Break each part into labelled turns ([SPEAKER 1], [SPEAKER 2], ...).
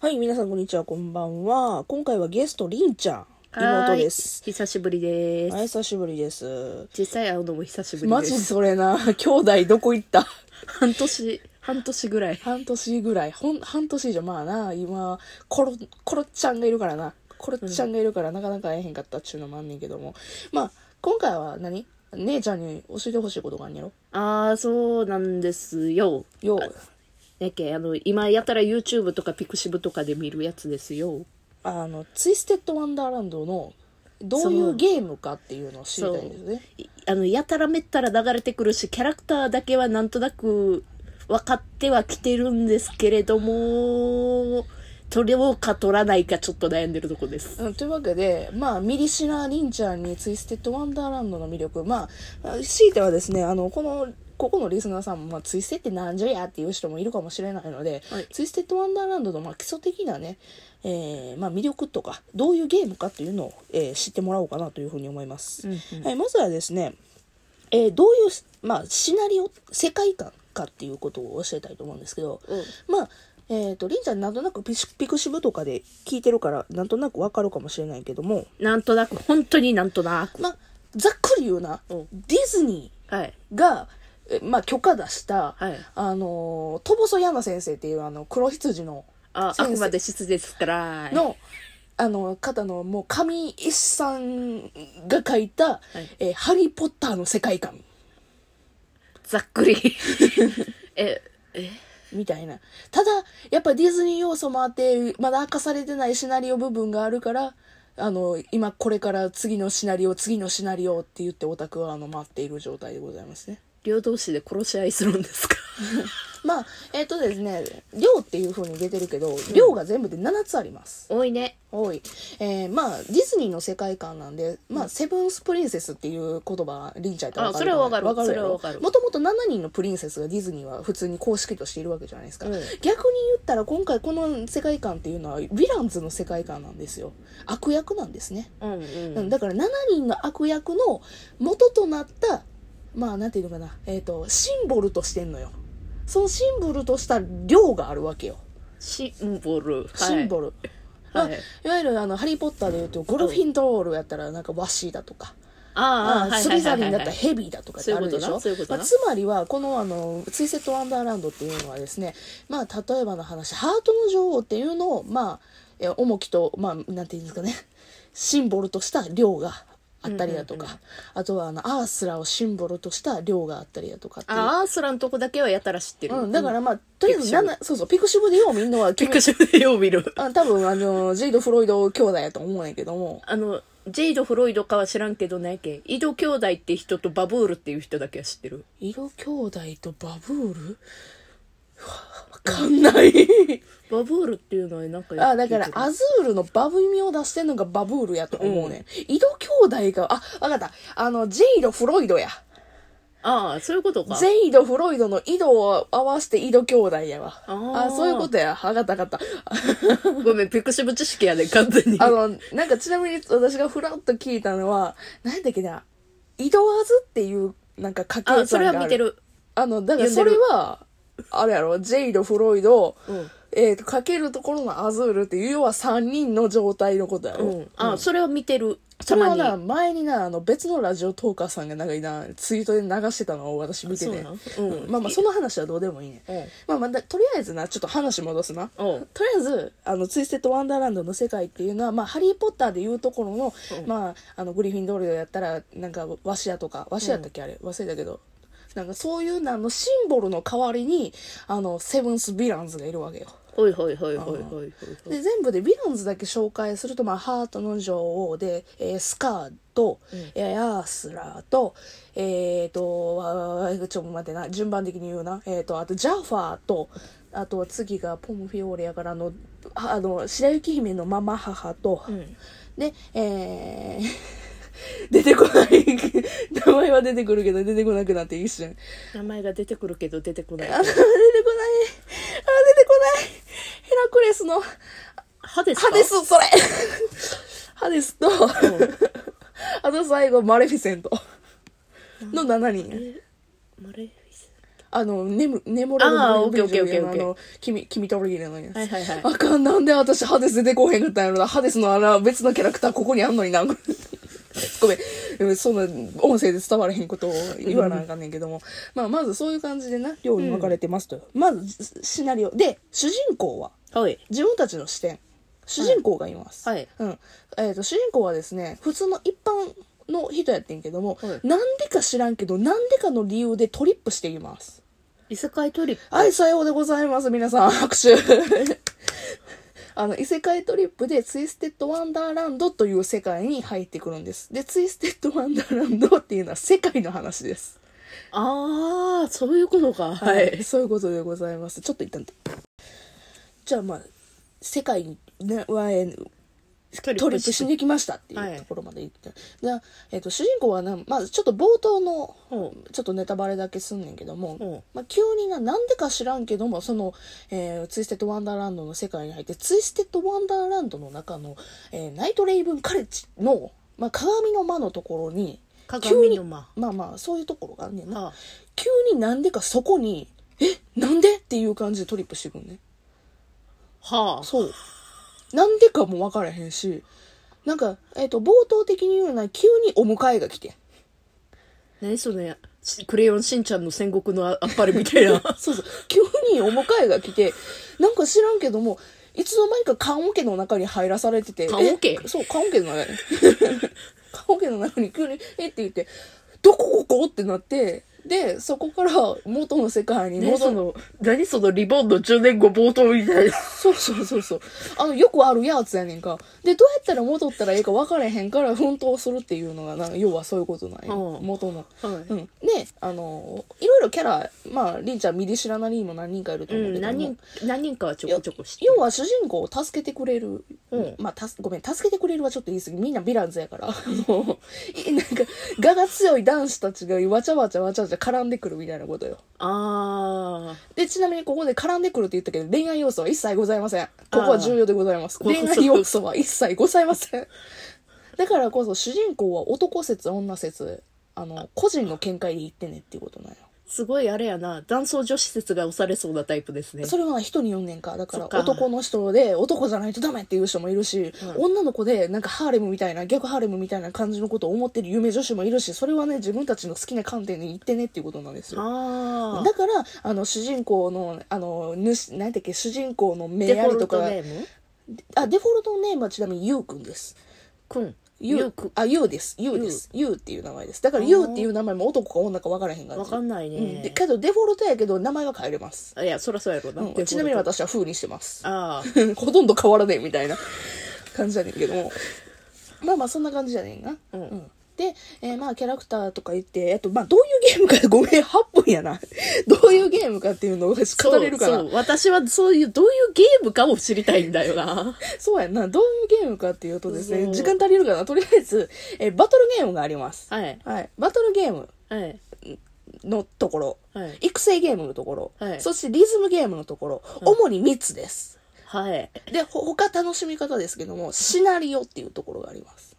[SPEAKER 1] はい、皆さんこんにちは、こんばんは。今回はゲスト、りんちゃん、妹です。
[SPEAKER 2] はーい久しぶりです、
[SPEAKER 1] はい、久しぶりです。
[SPEAKER 2] 実際会うのも久しぶり
[SPEAKER 1] マ
[SPEAKER 2] で
[SPEAKER 1] ジ
[SPEAKER 2] す
[SPEAKER 1] それな、 兄弟どこ行った
[SPEAKER 2] 半年半年ぐらい
[SPEAKER 1] 半年ぐらい、ほん、半年じゃまあな、今、コロ、コロっちゃんがいるからな、コロっちゃんがいるからなかなか会えへんかったっちゅうのもあんねんけども。まあ、今回は何姉ちゃんに教えてほしいことがあんねやろ
[SPEAKER 2] ああそうなんですよ
[SPEAKER 1] よ
[SPEAKER 2] やけあの今やたら YouTube とか Pixiv とかで見るやつですよ
[SPEAKER 1] あの、ツイステッドワンダーランドの、どうい
[SPEAKER 2] そうう
[SPEAKER 1] ゲームかっていうのを知りたいんですね。
[SPEAKER 2] いあのやたらめったら流れてくるしキャラクターだけはなんとなく分かってはきてるんですけれども取れようか取らないかちょっと悩んでるとこです
[SPEAKER 1] うん、というわけで、まあ、ミリシナ・リンちゃんにツイステッド・ワンダーランドの魅力、まあ、強いてはですね、あの、この、ここのリスナーさんも、まあ、ツイステってなんじゃやっていう人もいるかもしれないので、
[SPEAKER 2] はい
[SPEAKER 1] ツイステッド・ワンダーランドの、まあ、基礎的なね、えーまあ、魅力とか、どういうゲームかっていうのを、えー知ってもらおうかなというふうに思います。
[SPEAKER 2] うん
[SPEAKER 1] はい、まずはですね、えーどういう、まあ、シナリオ、世界観かっていうことを教えたいと思うんですけど、
[SPEAKER 2] うん
[SPEAKER 1] まあ、えっ、と、りんちゃんなんとなくピシピクシブとかで聞いてるから、なんとなくわかるかもしれないけども、
[SPEAKER 2] なんとなく本当になんとなく
[SPEAKER 1] まあ、ざっくり言うな、
[SPEAKER 2] うん
[SPEAKER 1] ディズニ
[SPEAKER 2] はい
[SPEAKER 1] ーが、えまあ、許可出した、
[SPEAKER 2] はい
[SPEAKER 1] あのー、トボソヤナ先生っていうあの、黒羊の、
[SPEAKER 2] ああ
[SPEAKER 1] 先生
[SPEAKER 2] くまで質ですから
[SPEAKER 1] の、あの、方の、もう、神一さんが書いた、
[SPEAKER 2] い
[SPEAKER 1] えーハリーポッターの世界観
[SPEAKER 2] ざっくり。 え、え、
[SPEAKER 1] みたいな。ただ、やっぱディズニー要素もあって、まだ明かされてないシナリオ部分があるから、あの、今これから次のシナリオ、次のシナリオって言ってオタクはあの待っている状態でございますね。
[SPEAKER 2] 両同士で殺し合いするんですか
[SPEAKER 1] まあ、えっ、とですね、量っていう風に出てるけど、量が全部で7つあります。
[SPEAKER 2] 多いね。
[SPEAKER 1] 多い。えーまあ、ディズニーの世界観なんで、まあ、セブンスプリンセスっていう言葉、りんちゃんやったらわかると思う。
[SPEAKER 2] あそれはわ
[SPEAKER 1] わ
[SPEAKER 2] か
[SPEAKER 1] か
[SPEAKER 2] る
[SPEAKER 1] るやろ。もともと7人のプリンセスがディズニーは普通に公式としているわけじゃないですか。
[SPEAKER 2] うん
[SPEAKER 1] 逆に言ったら、今回この世界観っていうのは、ヴィランズの世界観なんですよ。悪役なんですね。
[SPEAKER 2] うん
[SPEAKER 1] う、
[SPEAKER 2] うんん。
[SPEAKER 1] だから7人の悪役の元となったまあなんていうのかな、えっとシンボルとしてんのよそのシンボルとした量があるわけよ、
[SPEAKER 2] シンボル。
[SPEAKER 1] シンボル、まあ
[SPEAKER 2] はい
[SPEAKER 1] いわゆるあの「ハリー・ポッター」でいうとゴルフィンドールやったらなんかワシだとか、
[SPEAKER 2] ああ、はい
[SPEAKER 1] ス
[SPEAKER 2] はい
[SPEAKER 1] リザ
[SPEAKER 2] はい
[SPEAKER 1] リ
[SPEAKER 2] は
[SPEAKER 1] ン
[SPEAKER 2] い
[SPEAKER 1] だったらヘビーだとかってあるでしょ
[SPEAKER 2] そういうことなそういうことな
[SPEAKER 1] まあつまりはこのあの「ツイセット・ワンダーランド」っていうのはですねまあ例えばの話「ハートの女王」っていうのをまあえ重きとまあなんていうんですかねシンボルとした量があったりだとか、あとはあのアースラをシンボルとした量があったりだとかっていう。
[SPEAKER 2] ああ、アースラのとこだけはやたら知ってる。
[SPEAKER 1] うん、だから
[SPEAKER 2] うん、
[SPEAKER 1] まあ、とりあえず7、そうそう、ピクシブでようみんなは、
[SPEAKER 2] ピクシブでよう見る。
[SPEAKER 1] あ多分あの、ジェイド・フロイド兄弟やと思うんやけども、
[SPEAKER 2] あの、ジェイド・フロイドかは知らんけどね、け井戸兄弟って人とバブールっていう人だけは知ってる。
[SPEAKER 1] 色兄弟とバブールうわわかん ない。
[SPEAKER 2] バブールっていうのはなんか
[SPEAKER 1] あ、だから、
[SPEAKER 2] あ
[SPEAKER 1] アズールのバブミを出してんのがバブールやと思うね。井戸兄弟が、あ、わかった。あの、ジェイド・フロイドや。
[SPEAKER 2] あー、そういうことか。
[SPEAKER 1] ジェイド・フロイドの井戸を合わせて井戸兄弟やわ。
[SPEAKER 2] あ
[SPEAKER 1] あ
[SPEAKER 2] ー
[SPEAKER 1] そういうことや。わかったわかった。
[SPEAKER 2] ごめん、ピクシブ知識やね、完全に。
[SPEAKER 1] あの、なんかちなみに私がふらっと聞いたのは、なんだっけな、井戸アズっていう、なんか掛け
[SPEAKER 2] あ、そ
[SPEAKER 1] 算が
[SPEAKER 2] れ
[SPEAKER 1] ある。
[SPEAKER 2] は見て。る。
[SPEAKER 1] あの、だからそれは、あれやろ、ジェイド・フロイド、
[SPEAKER 2] うん
[SPEAKER 1] えっ、と、かけるところのアズールっていう、要は3人の状態のことやろ。
[SPEAKER 2] うん。あ、それは見てる。
[SPEAKER 1] そ
[SPEAKER 2] た
[SPEAKER 1] れ
[SPEAKER 2] ま
[SPEAKER 1] は
[SPEAKER 2] に。
[SPEAKER 1] な、前にな、あの、別のラジオトーカーさんがなんかいな、ツイートで流してたのを私見て
[SPEAKER 2] あ
[SPEAKER 1] て。
[SPEAKER 2] そうなんうん
[SPEAKER 1] まあまあ、その話はどうでもいいね。
[SPEAKER 2] うん
[SPEAKER 1] まあまあだ、とりあえずな、ちょっと話戻すな。
[SPEAKER 2] うん
[SPEAKER 1] とりあえず、あの、ツイステッド・ワンダーランドの世界っていうのは、まあ、ハリー・ポッターでいうところの、まあ、あの、グリフィンドールやったら、なんか、ワシやとか、ワシやったっけ、あれ、忘れたけど。なんか、そういうなんのシンボルの代わりに、あの、セブンス・ヴィランズがいるわけよ。
[SPEAKER 2] ほいほいほいほいほいほい。
[SPEAKER 1] で全部でヴィランズだけ紹介すると、まあ、ハートの女王で、えースカーと、えーアースラーと、えっ、と、あーちょっと待ってな、順番的に言うな。えっ、と、あと、ジャファーと、あとは次がポムフィオーレやから、あの、ああの、白雪姫のママ母と、
[SPEAKER 2] ん
[SPEAKER 1] で、えー 出てこない。名前は出てくるけど、出てこなくなって一瞬。
[SPEAKER 2] 名前が出てくるけど出てこない
[SPEAKER 1] あ、。出てこない。あ、出てこない。ヘラクレスの、
[SPEAKER 2] 歯ですか
[SPEAKER 1] ハデス、 それハデスと、あと最後、マレフィセントの7人。
[SPEAKER 2] マレフィセント
[SPEAKER 1] あの、眠、眠れる
[SPEAKER 2] あ
[SPEAKER 1] 森
[SPEAKER 2] ー
[SPEAKER 1] の
[SPEAKER 2] オッケーオッケーオッケー
[SPEAKER 1] あの、君、君と俺のやつ。
[SPEAKER 2] はいはいはい
[SPEAKER 1] あかん、なんで私ハデス出てこへんかったんやろな。ハデスのあら、別のキャラクターここにあんのにな。 ごめんうん。そんな、音声で伝わらへんことを言わなあかんねんけども。まあ、まずそういう感じでな、寮に分かれてますと。まず、シナリオ。で、主人公は、
[SPEAKER 2] はい。
[SPEAKER 1] 自分たちの視点主人公がいます、
[SPEAKER 2] はい
[SPEAKER 1] うんえー、と主人公はですね普通の一般の人やってんけども、
[SPEAKER 2] はい
[SPEAKER 1] なんでか知らんけどなんでかの理由でトリップしています
[SPEAKER 2] 異世界トリップ。
[SPEAKER 1] はいさようでございます皆さん 拍手あの異世界トリップでツイステッド・ワンダーランドという世界に入ってくるんですでツイステッド・ワンダーランドっていうのは世界の話です
[SPEAKER 2] ああ、そういうことか。はい。
[SPEAKER 1] そういうことでございます。ちょっと一旦。じゃあまあ、世界に、ね、は、えー
[SPEAKER 2] ト
[SPEAKER 1] トリップしに来ましたって
[SPEAKER 2] はい
[SPEAKER 1] いうところまで行って。じゃあえっ、と、主人公はな、まずちょっと冒頭の、
[SPEAKER 2] ほう
[SPEAKER 1] ちょっとネタバレだけすんねんけども、
[SPEAKER 2] ほ
[SPEAKER 1] まあ、急にな、なんでか知らんけども、その、えーツイステッド・ワンダーランドの世界に入って、ツイステッド・ワンダーランドの中の、えーナイト・レイブン・カレッジの、まあ、鏡の間のところに、
[SPEAKER 2] 鏡の間
[SPEAKER 1] 急にまあまあ、そういうところがあんねんな。
[SPEAKER 2] あ
[SPEAKER 1] 急になんでかそこに、え、なんでっていう感じでトリップしてくんね。
[SPEAKER 2] はあ。
[SPEAKER 1] そう。なんでかも分からへんし、なんか、えっ、と、冒頭的に言うなら急にお迎えが来 て。
[SPEAKER 2] 何それしクレヨンしんちゃんの戦国のああっぱれみたいな。
[SPEAKER 1] そうそう。急にお迎えが来て、なんか知らんけども、いつの間にか棺桶の中に入らされてて。
[SPEAKER 2] 棺桶
[SPEAKER 1] えそう、棺桶の中に。 棺桶の中に急に、えって言って、どこここってなって、で、そこから元の世界に戻る。
[SPEAKER 2] 何そ の、何そのリボンの10年後冒頭み たいな。
[SPEAKER 1] そうそうそうそう。あの、よくあるやつやねんか。で、どうやったら戻ったらええか分からへんから奮闘するっていうのが、なんか要はそういうことなんや。
[SPEAKER 2] うん
[SPEAKER 1] 元の。
[SPEAKER 2] はい
[SPEAKER 1] うん。で、あの、いろいろキャラ、まあ、りんちゃん、ミリシラなりにも何人かいると
[SPEAKER 2] う
[SPEAKER 1] 思うけ
[SPEAKER 2] ん、
[SPEAKER 1] ども、
[SPEAKER 2] 何人、何人かはちょこちょこして。
[SPEAKER 1] 要は主人公を助けてくれる、
[SPEAKER 2] うん
[SPEAKER 1] まあたすごめん助けてくれるはちょっと言い過ぎみんなヴィランズやからあのいなんか我が強い男子たちがわちゃわちゃわちゃわちゃ絡んでくるみたいなことよ
[SPEAKER 2] あ
[SPEAKER 1] で、ちなみにここで絡んでくるって言ったけど、恋愛要素は一切ございません。ここは重要でございます。
[SPEAKER 2] あー
[SPEAKER 1] 恋愛要素は一切ございません。だからこそ主人公は男説、女説、あの、個人の見解で言ってねっていうことなんよ。
[SPEAKER 2] ー。すごいあれやな。男装女子説が押されそうなタイプですね。
[SPEAKER 1] それは人によんねんか。だか
[SPEAKER 2] そ
[SPEAKER 1] ら
[SPEAKER 2] っか
[SPEAKER 1] 男の人で男じゃないとダメっていう人もいるし、女の子でなんかハーレムみたいな、逆ハーレムみたいな感じのことを思ってる有名女子もいるし、それはね、自分たちの好きな観点で言ってねっていうことなんですよ。
[SPEAKER 2] ああ。
[SPEAKER 1] だから、あの、主人公の、あの、主、なんだっけ、主人公の目
[SPEAKER 2] デ
[SPEAKER 1] や
[SPEAKER 2] フォ
[SPEAKER 1] り
[SPEAKER 2] ル
[SPEAKER 1] と
[SPEAKER 2] ト
[SPEAKER 1] か、
[SPEAKER 2] ネーム
[SPEAKER 1] あ、デフォルトネームはちなみにゆうくんです。
[SPEAKER 2] くん。
[SPEAKER 1] ゆ
[SPEAKER 2] ゆう
[SPEAKER 1] う
[SPEAKER 2] くん。
[SPEAKER 1] あ、ゆうです。ゆうです。ゆうっていう名前です。だから
[SPEAKER 2] あー
[SPEAKER 1] ゆうっていう名前も男か女か分からへんから。
[SPEAKER 2] わかんないね
[SPEAKER 1] うんでけどデフォルトやけど名前は変えれます。
[SPEAKER 2] あいや、そらそうやろうな。
[SPEAKER 1] うん
[SPEAKER 2] デフォルト
[SPEAKER 1] ちなみに。私は風にしてます。
[SPEAKER 2] ああ。
[SPEAKER 1] ほとんど変わらねえみたいな感じやねんけども。まあまあそんな感じじゃねえな。
[SPEAKER 2] うん
[SPEAKER 1] で、えーまあキャラクターとか言って、えっとまあどういうゲームか、ごめん、8分やな。 どういうゲームかっていうのを私語れるかな
[SPEAKER 2] そう。そう私はそういうどういうゲームかを知りたいんだよ な
[SPEAKER 1] そうやんな。どういうゲームかっていうとです
[SPEAKER 2] そ
[SPEAKER 1] ね、
[SPEAKER 2] う
[SPEAKER 1] 時間足りるかな。とりあえず、えーバトルゲームがあります。
[SPEAKER 2] はい
[SPEAKER 1] はい。バトルゲーム
[SPEAKER 2] はい
[SPEAKER 1] のところ、
[SPEAKER 2] はい
[SPEAKER 1] 育成ゲームのところ、
[SPEAKER 2] はい
[SPEAKER 1] そしてリズムゲームのところ、主に3つです。
[SPEAKER 2] はい
[SPEAKER 1] で、ほ他楽しみ方ですけども、シナリオっていうところがあります。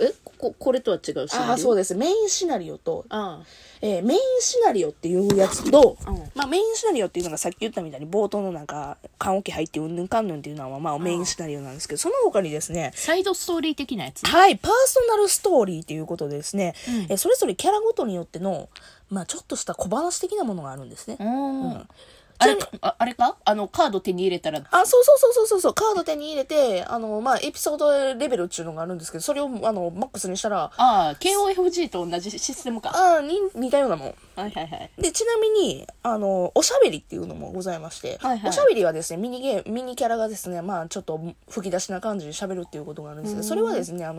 [SPEAKER 2] えここれとは違うし
[SPEAKER 1] ああ、そうです。メインシナリオと、
[SPEAKER 2] あ
[SPEAKER 1] えーメインシナリオっていうやつと、
[SPEAKER 2] うん
[SPEAKER 1] まあメインシナリオっていうのがさっき言ったみたいに冒頭のなんか、缶桶入ってうんぬんかんぬんっていうのはまあメインシナリオなんですけど、その他にですね、
[SPEAKER 2] サイドストーリー的なやつ
[SPEAKER 1] はい、パーソナルストーリーということでですね、えーそれぞれキャラごとによっての、まあ、ちょっとした小話的なものがあるんですね。
[SPEAKER 2] うんあれかああれかあのカード手に入れたら
[SPEAKER 1] あ、そうそうそうそうそうそう、カード手に入れて、あの、まあ、エピソードレベルっていうのがあるんですけど、それを、あの、マックスにしたら、
[SPEAKER 2] ああ KOFG と同じシステムか
[SPEAKER 1] あーに似たようなもん。
[SPEAKER 2] はいはいはい
[SPEAKER 1] で、ちなみに、あの、おしゃべりっていうのもございまして、
[SPEAKER 2] はいはい
[SPEAKER 1] おしゃべりはですね、ミニゲーム、ミニキャラがですね、まあ、ちょっと吹き出しな感じで喋るっていうことがあるんですけど、それはですね、まあ、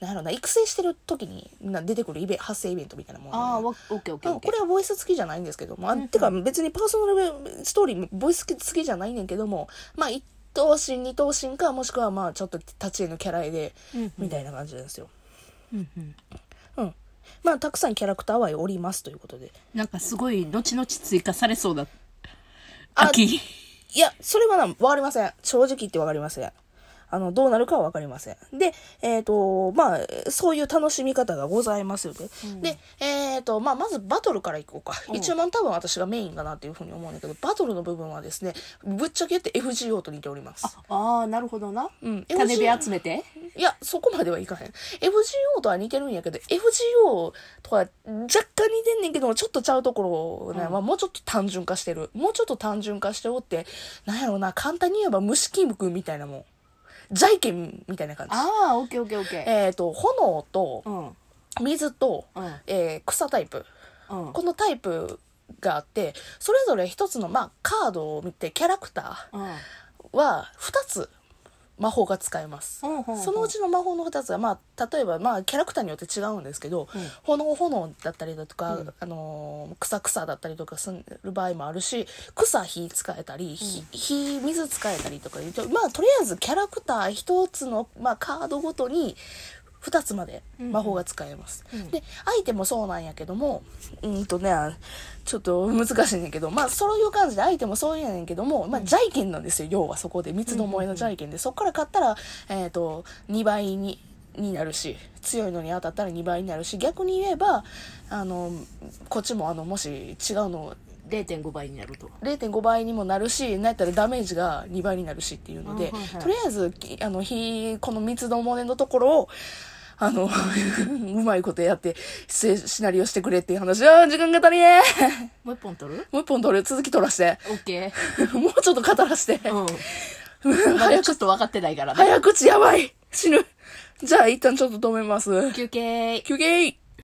[SPEAKER 1] なんやろな、育成してる時にな出てくるイベ発生イベントみたいなものなんで
[SPEAKER 2] ああオッケーオッケー
[SPEAKER 1] うんこれはボイス付きじゃないんですけども、あてか別にパーソナルストーリーもボイス付きじゃないねんけども、まあ一等身二等身か、もしくはまあちょっと立ち絵のキャラ絵で、みたいな感じなんですよ。うん、まあたくさんキャラクターはおりますということで。
[SPEAKER 2] なんかすごい後々追加されそうだ
[SPEAKER 1] あ
[SPEAKER 2] 秋
[SPEAKER 1] いや、それはな、わかりません。正直言ってわかりません。あの、どうなるかはわかりません。で、えっ、と、まあ、そういう楽しみ方がございますよね。で、えっ、と、まあ、まずバトルからいこうか。一番多分私がメインかなっていうふうに思うんだけど、バトルの部分はですね、ぶっちゃけ言って FGO と似ております。
[SPEAKER 2] ああなるほどな、
[SPEAKER 1] うん
[SPEAKER 2] 種火集めて
[SPEAKER 1] いや、そこまではいかへん。FGO とは似てるんやけど、FGO とは若干似てんねんけども、ちょっとちゃうところね、まあもうちょっと単純化してる。もうちょっと単純化しておって、なんやろうな、簡単に言えば虫キム君みたいなもん。ジャイケンみたいな感じ。
[SPEAKER 2] ああオッケーオッケーオッケー
[SPEAKER 1] えっ、と、炎と
[SPEAKER 2] うん
[SPEAKER 1] 水と、
[SPEAKER 2] うん
[SPEAKER 1] えー草タイプ。
[SPEAKER 2] うん
[SPEAKER 1] このタイプがあって、それぞれ一つの、まあ、カードを見て、キャラクタ
[SPEAKER 2] うん
[SPEAKER 1] ーは二つ魔法が使えます。
[SPEAKER 2] ほんほんほん
[SPEAKER 1] そのうちの魔法の2つは、まあ、例えば、まあ、キャラクターによって違うんですけど、
[SPEAKER 2] うん
[SPEAKER 1] 炎炎だったりだとか、
[SPEAKER 2] うん
[SPEAKER 1] あのー草草だったりとかする場合もあるし草火使えたり火,、火水使えたりとかいうとまあとりあえずキャラクター1つの、まあ、カードごとに2つまで魔法が使えます、で相手もそうなんやけどもうんとねちょっと難しいねんけどまあそういう感じで相手もそうやねんけども、まあ、ジャイケンなんですよ要はそこで三つどもえのジャイケンでそこから勝ったら、えー、と2倍にになるし強いのに当たったら2倍になるし逆に言えばあのこっちもあのもし違うの
[SPEAKER 2] 0.5倍になると
[SPEAKER 1] 0.5倍にもなるしなんやったらダメージが2倍になるしっていうので、
[SPEAKER 2] うんはいはい
[SPEAKER 1] とりあえずきあの火この三つどもえのところをあの うまいことやってせシナリオしてくれっていう話あー時間が足りねえ
[SPEAKER 2] もう一本取る
[SPEAKER 1] もう一本取る続き取らして
[SPEAKER 2] オッケ
[SPEAKER 1] もうちょっと語らせて。
[SPEAKER 2] ー うんまだ
[SPEAKER 1] 早
[SPEAKER 2] ちょっと分かってないからね
[SPEAKER 1] 早口やばい死ぬじゃあ一旦ちょっと止めます。
[SPEAKER 2] 休憩
[SPEAKER 1] 休憩